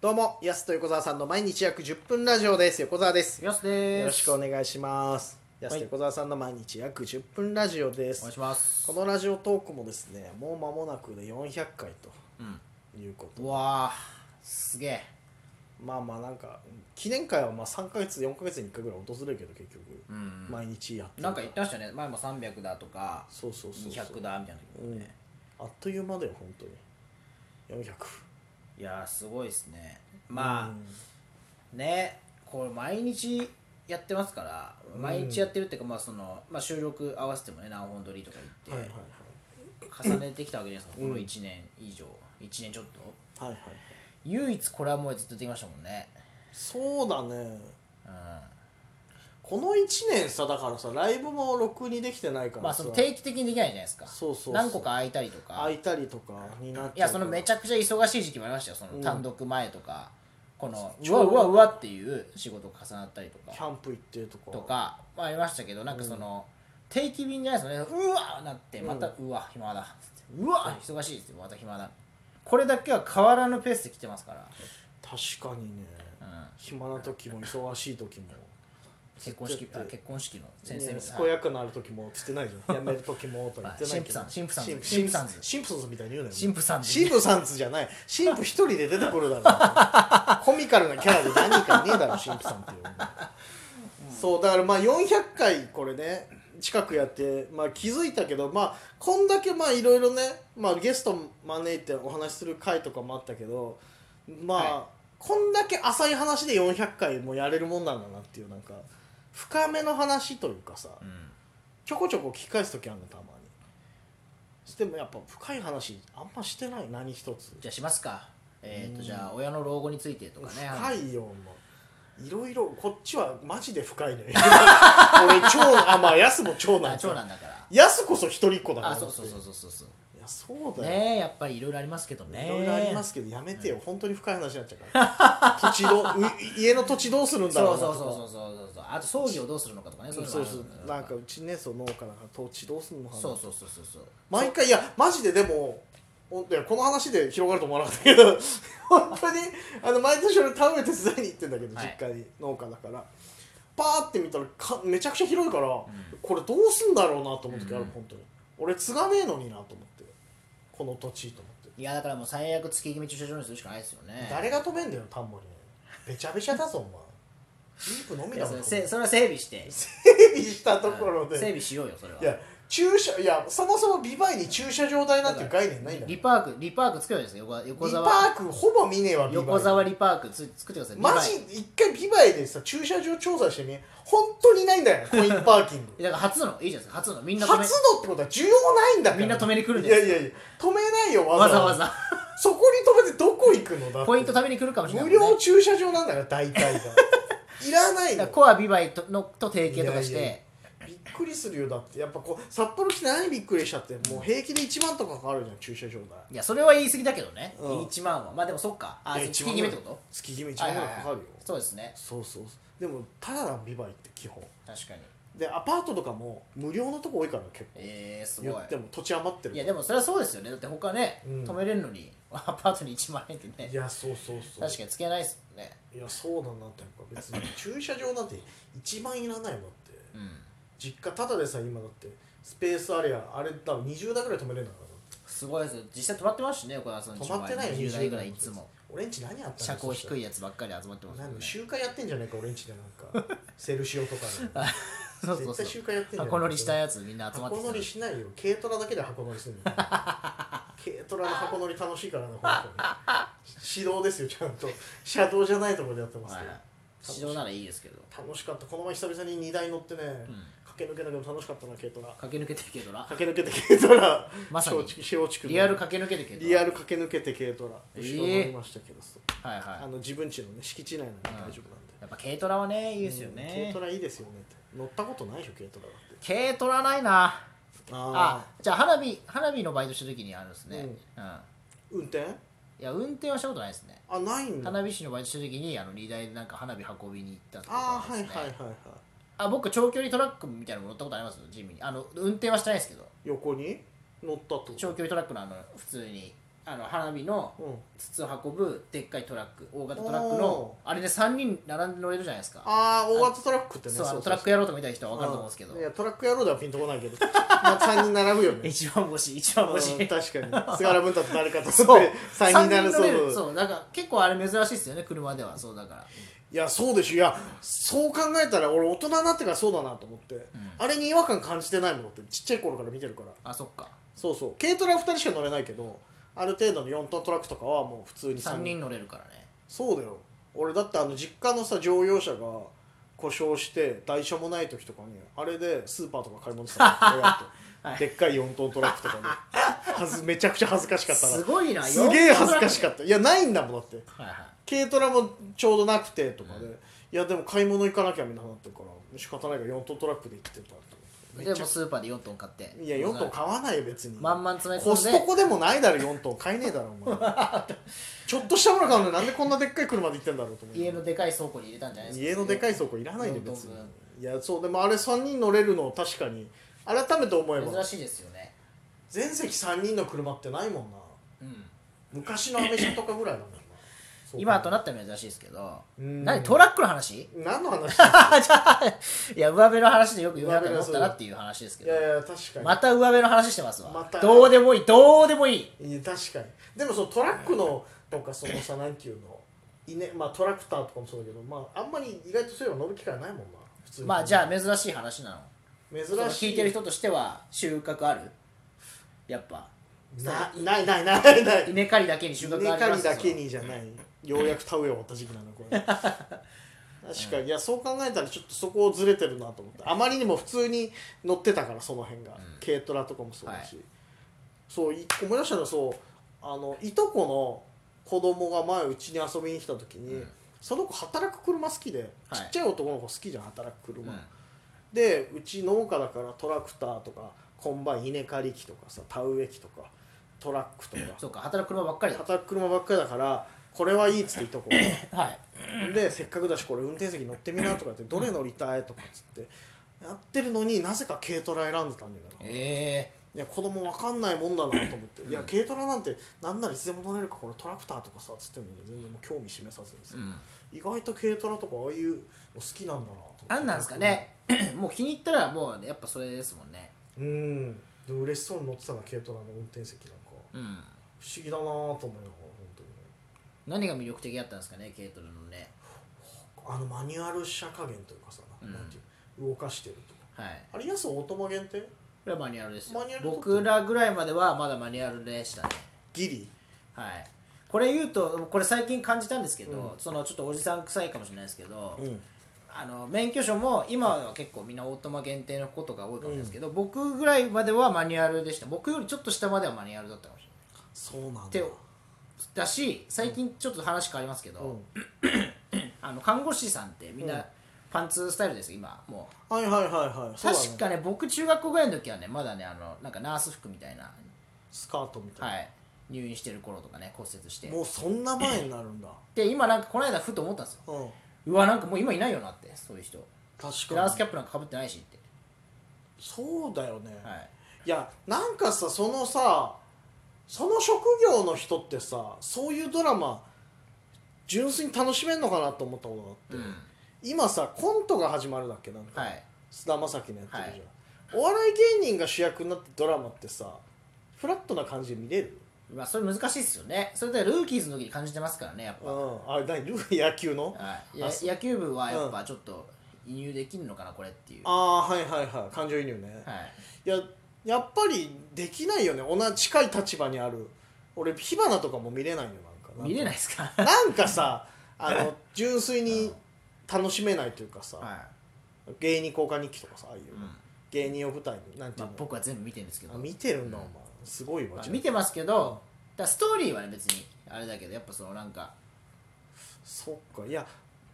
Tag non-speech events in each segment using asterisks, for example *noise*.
どうも、やすと横澤さんの毎日約10分ラジオです。横澤です。よすですよろしくお願いします。やすとはい横澤さんの毎日約10分ラジオでお願いす。しますこのラジオトークもですね、もう間もなくで400回うんということ。うわーすげえまあまあなんか、記念会はまあ3ヶ月、4ヶ月に1回ぐらい訪れるけど、結局、うん毎日やってるなんか言ってましたね前も300だとかそうそうそうそう。 200だみたいなうん。あっという間だよ、本当に。400。いやーすごいですねまあねこれ毎日やってますから毎日やってるっていうかまあそのまあ収録合わせてもね何本撮りとかうん。言はいっはいてはい。重ねてきたわけじゃないですかうんこの1年以上1年ちょっとはいはいはい。唯一これはもうずっとできましたもんねそうだね。うんこの1年さだからさライブもろくにできてないからさ、まあその定期的にできないじゃないですかそうそうそう何個か空いたりとか空いたりとかになっちゃういやそのめちゃゃくちゃ忙しい時期もありましたよそうんの単独前とか、このちうょうわどうわうわっていう仕事が重なったりとキかャンプ行ってとかとか、まあ、ありましたけどなんかその、定期便じゃないですよねうわなってまた、うわ暇だうわ忙しいですよまた暇だこれだけは変わらぬペースで来てますから、確かにねうん、暇な時も忙しい時も結婚式ちょっあと結婚式の先ね生み健やかなる時もつってないじゃんやめる時もとは言ってないけ *laughs* どあ神父さん神父さん神父神父さん神父さんみたいに言うなよ神父さん神父さんつじゃない神父一人で出てくるだろう *laughs* コミカルなキャラで何かねえだろ神父さんっていう、そうだからまあ400回これね近くやって、まあ、気づいたけどまあこんだけまあいろいろね、まあ、ゲスト招いてお話しする回とかもあったけどまあ、はこんだけ浅い話で400回もやれるもんなんだなっていうなんか深めの話というかさ、うんちょこちょこ聞き返す時あるのたまにしてもやっぱ深い話あんましてない何一つじゃあしますかえっ、とじゃあ親の老後についてとかね深いよもういろいろこっちはマジで深いのよ *laughs* 俺長男あまあヤスも長あ男長男だからヤスこそ一人っ子だからあそうそうそううそうそうそういやそうだよ、ねえやっぱりいろいろありますけどねいろいろありますけどやめてよ、本当に深い話になっちゃうから土地どう家の土地どうするんだそろううなとそかうそうそうそうそうあと葬儀をどうするのかとかねそういそうのもあるなんかうちねその農家だから土地どうするのかなそうそうそうそうそう毎回いやマジででもほんいやこの話で広がると思わなかったけど *laughs* 本当にあの毎年俺田植え手伝いに行ってんだけど、はい実家に農家だからパーって見たらかめちゃくちゃ広いから、これどうすんだろうなと思う時ある、うん本当に俺継がねえのになと思ってこの土地と思って、いやだからもう最悪月決め駐車場にするしかないですよね誰が止めんだよ田んぼにべちゃべちゃだぞお前ジープのみいだやぞそ整れせそれは整備して備 *laughs* したところうん整で備しようよそれはいや駐車いやそもそもビバイに駐車場代なんていう概念ないんだよリパークリパーク作るんですよ横横リパ沢ークほぼ見ねえわビバイ横沢リパークつ作ってくださいマジ一回ビバイでさ駐車場調査してみ本当にないんだよコインパーキングだから初のいいじゃないですか初の *laughs* みんな初のってことは需要ないんだからみんな止めに来るんいですやよいやいや止めないよわわざざわわざざそこに止めてどこ行くのだってポイント貯めに来るかもしれない無もんね料駐車場なんだから大体が *laughs* いらないだのからコアビバイとのと提携とかしていやいやびっくりするよだってやっぱこう札幌来て何びっくりしたってもう平気で1万とかかかるじゃん駐車場代いやそれは言い過ぎだけどね、うん1万はまあでもそっかあいや月決めってこと月決め1万ぐらいかかるよ、そうですねそうそうでもただだビバイって基本確かにでアパートとかも無料のとこ多いから結構えー、す言ごいっても土地余ってるいやでもそれはそうですよねだって他ね、うん止めれるのに *laughs* アパートに1万円ってねいやそうそうそう確かにつけないですもんねいやそうだなってやっぱ別に駐車場なんて一番いらないのってうん実家ただでさえ今だってスペースあれやあれ多分20台ぐらい止めれるんだからすごいですよ実際止まってますしね横田さんの止まってないよ10代ぐらいいつも俺んち何あった車高低いいやつばっかり集まってますもん何ね集会やってんじゃねえか俺んちでなんかセルシオとかで *laughs* そうそ絶うそ対う集会やってんじゃねえか箱乗りしたやつみんな集まって箱乗りきしないよ軽トラだけで箱乗りする *laughs* んだよ軽トラの箱乗り楽しいからね本当に指導ですよちゃんと車道じゃないところでやってまたすはけいど指導ならいいですけど、楽しかったこの前久々に荷台乗ってね、うん、駆け抜けたけど楽しかったな軽トラ駆け抜けてるけどな駆け抜けて軽トラまさに松竹松竹のリアル駆け抜けてるけどなリアル駆け抜けて軽トラえ後ろ乗りましたけど、そうはいあはいの自分家のね敷地内なんで大丈夫なんで、やっぱ軽トラはねいいですようんね軽トラいいですよねって乗ったことないでしょ軽トラだって軽トラないなあああじゃあ花火花火のバイトした時にあるんですね、うんうん、い運転や運転はしたことないですねあないんだ花火師のバイトした時にあの荷台でなんか花火運びに行ったってことあああはいるんはですね、いはいはいあ僕長距離トラックみたいなの乗ったことありますよジムにあの運転はしてないですけど横に乗ったってこと長距離トラックのあの普通にああの花火のうん、筒を運ぶでっかいトラック大型トラックおのあれで3人並んで乗れるじゃないですかああ大型トラックってねそうあのうトラック野郎とか見た人は分かると思うんですけどいやトラック野郎ではピンとこないけど *laughs* まあ3人並ぶよね *laughs* 一番星一番星うん *laughs* 確かに菅原文太と誰かとそう3人並ぶ乗れそるうそうなんか結構あれ珍しいですよね車ではそうだからいやそうでしょいやそう考えたら俺大人になってからそうだなと思って、あれに違和感感じてないものってちっちゃい頃から見てるからあそっかそうそう軽トラ2人しか乗れないけどある程度の4トントラックとかはもう普通に3 3人人乗れるからねそうだよ俺だってあの実家のさ乗用車が故障して台車もない時とかにあれでスーパーとか買い物してたの親とはいでっかい4トントラックとかではずめちゃくちゃ恥ずかしかったすらごいなすげえ恥ずかしっかったいやないんだもんだってた、はいはい、軽トラもちょうどなくてとかで、いやでも買い物行かなきゃみんななってるから仕方ないから4トントラックで行ってたと思ってでめちもゃスーパーで4トン買っていや4トン買わないよ別にまんまん詰め込んコでストコでもないだろ4トン買えねえだろ *laughs* お前ちょっとしたもの買うのになんでこんなでっかい車で行ってんだろうと思って家のでかい倉庫に入れたんじゃないですか家のでかいい倉庫いらないで別四にトンいやそうでもあれ3人乗れるの確かに改めて思えば珍しいですよね全席3人の車ってないもんなうん昔のアメ車とかぐらいだもんなそう *laughs* 今となっては珍しいですけどうん何トラックの話何の話 *laughs* いや上辺の話でよく言われたと思ったなっていう話ですけいどやいや確かに、また上辺の話してますわ、またどうでもいいどうでもいいいや確かにでもそのトラックのとかそのさ何ていうの稲まあトラクターとかもそうだけどまああんまり意外とそういうの乗る機会ないもんな普通にまあじゃあ珍しい話なの珍そのしい聞いてる人としては収穫あるやっぱなないないないない稲刈りだけに収穫稲あり刈まりすだけにじゃないようやく田植え終わった時期なのこれ *laughs* 確かにいやそう考えたらちょっとそこをずれてるなと思ってあまりにも普通に乗ってたからその辺が、軽トラとかもそうだし、そうい思い出したのはそうあのいとこの子供が前うちに遊びに来た時に、うんその子働く車好きで、はいちっちゃい男の子好きじゃん働くそ車、のうんでうち農家だからトラクターとかコンバイン稲刈り機とかさ田植え機とかトラックとかそうか働く車ばっか *laughs* りだ働く車ばっかりだからこれはいいっつっていとこ *laughs* がはいでせっかくだしこれ運転席乗ってみなとか言ってどれ乗りたいとかっつってやってるのになぜか軽トラ選んでたんだよなえいや子供わかんないもんだなと思っていや軽トラなんてなんならいつでも乗れるかこれトラクターとかさっつってんのに全然もう興味示さずにえさうん意外と軽トラとかああいうの好きなんだなと思ってなんなんですかね *clears throat* もう気に入ったらもうやっぱそれですもんねうんでも嬉しそうに乗ってたな軽トラの運転席なんかうん不思議だなと思いながら本当にね何が魅力的だったんですかね軽トラのねあのマニュアル車加減というかさ、うんなんていう動かしてるとかはいあれやすオートマ限定これはマニュアルですよマニュアル取ってる僕らぐらいまではまだマニュアルでしたねギリはいこれ言うとこれ最近感じたんですけど、うそのちょっとおじさん臭いかもしれないですけど、んあの免許証も今は結構みんなオートマ限定のことが多いかもしれないですけど、僕ぐらいまではマニュアルでした僕よりちょっと下まではマニュアルだったかもしれないそうなんだ手をだし最近ちょっと話変わりますけうど、んあの看護師さんってみんうんなパンツスタイルです今もうはいはいはいはいそうだね確かね僕中学校ぐらいの時はねまだねあのなんかナース服みたいな、スカートみたいな、はい、入院してる頃とかね骨折してもうそんな前になるんだで今なんかこの間ふと思ったんですようんうわなんかもう今いないよなってそういう人確でナーかスキにャップなんかかぶってないしってそうだよね、、はいいやなんかさそのさその職業の人ってさそういうドラマ純粋に楽しめんのかなと思ったことがあって、うん今さコントが始まるだっけなんか、はい菅田将暉のやってるじゃん、お笑い芸人が主役になってドラマってさフラットな感じで見れるまあそれ難しいですよねそれでルーキーズの時に感じてますからねやっぱ、うんあれ何ル *laughs* ー野球のはい、やあそ野球部はやっぱちょっと移入できるのかなこれっていう、はああーはいはいはい感情移入ね、い、い、ややっぱりできないよね同じ近い立場にある俺火花とかも見れないよなんか見れないいです *laughs* かなんか *laughs* さあの純粋に楽しめないというかさ、は芸人交換日記とかさああいう、い、うん芸人を舞台になんていまうあの、僕は全部見てるんですけどあ見てるんだお前すごいわまあじゃあ見てますけどだからストーリーはね別にあれだけどやっぱそのなんかそっかいや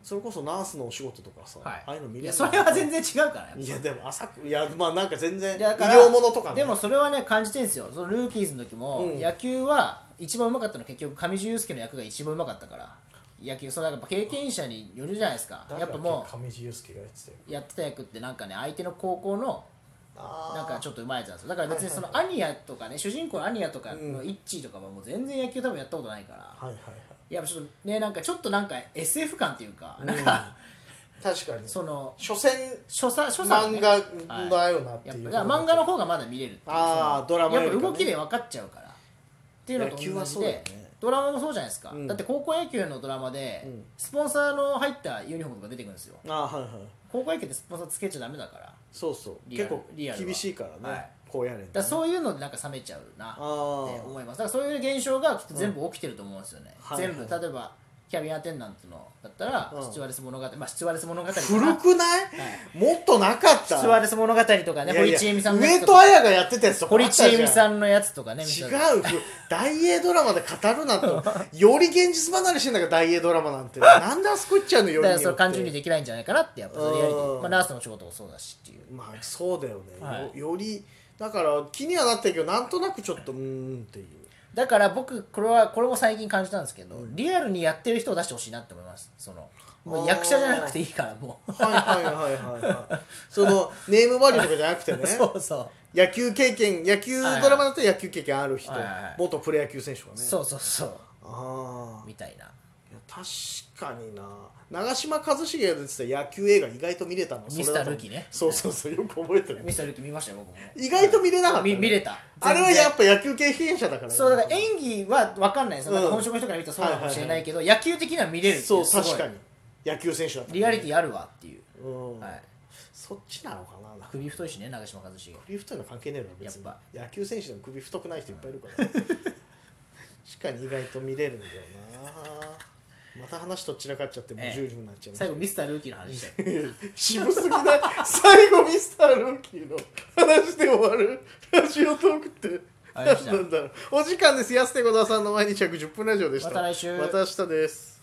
それこそナースのお仕事とかさ、はいああいうの見いれやないそれは全然違うからやっぱいやでも浅くいやまあなんか全然医だから療ものとかねでもそれはね感じてるんですよそのルーキーズの時も、うん野球は一番うまかったのは結局上地雄介の役が一番うまかったから野球そのやっぱ経験者によるじゃないですかやっぱもう上地雄介がやってたようやってた役ってなんかね相手の高校のあーなんかちょっとうまいやつなんですよだから別にそのアニヤとかね主人公のアニヤとかうのんイッチーとかはもう全然野球多分やったことないからはいはいはいいやちょっとねなんかちょっとなんか SF 感っていうかうんなんか確かにその所詮所作所作をね漫画だよなってやっいうぱこだとから漫画の方がまだ見れるっていうあーそのドラマよりやかっねぱ動きで分かっちゃうからっていうのと野球は同そじうで、だよねドラマもそうじゃないですか、うんだって高校野球のドラマで、うんスポンサーの入ったユニフォームが出てくるんですよあーはいはい高校野球ってスポンサーつけちゃダメだからだかそうそうリア結ル構リアルは厳しいからはねい高野連ねらそういうのでなんか冷めちゃうなってあー思いますだからそういう現象がきっと全部起きてると思うんですよね、はい全部例えばキャビンアテンダントのだったら、うんスチュワレス物語まあスチュワレス物語とか古くないもっとなかっスたチュワレス物語とかねいやい堀やちえみさんのや上つとか戸彩がやってたやつとかあ堀ったちじゃんえみさんのやつとかね違見たらうふ大英ドラマで語るなと *laughs* より現実離れしてんだから大英ドラマなんてなんであそこ行っちゃうのよりだかによっらてそれ感情にできないんじゃないかなってやっぱそれやりうんまあ、ナースの仕事もそうだしっていうまあそうだよね、はいよよりだから気にはなってるけどなんとなくちょっとうーんっていうだから僕これはこれも最近感じたんですけど、リアルにやってる人を出してほしいなって思いますそのもう役者じゃなくていいからもうはいはいはいはいはいそのネームバリューとかじゃなく *laughs* てねそうそう野球経験野球ドラマだと野球経験ある人、はいはいはい元プロ野球選手はねそうそうそうああみたいないや確かにな長嶋一茂が出てた野球映画意外と見れたのそれだと思うミスタールーキーねそうそうそうよく覚えてる *laughs* ミスタールーキー見ましたよ僕も意外と見れなかったねみ見れたあれはややっぱ野球経験者だからねそうだから演技は分かんないですうよんなんか本職の人から見たらそうかもしれないけど、野球的には見れるっていそうすごい確かに野球選手だったリアリティあるわっていう、うんはい、そっちなのかな首太いしね長嶋一茂首太いの関係ねえだろ別にやっ野球選手でも首太くない人いっぱいいる *laughs* から確かに意外と見れるんだよなまた話とっちらかっちゃってもうええ10分になっちゃいま最す後ミスタールーキーの話だよ渋すぎない最後ミスタールーキーの話で終わるラジオトークってあり何ましたなんだろうお時間です安手小沢さんの毎日約10分ラジオでしたまた来週また明日です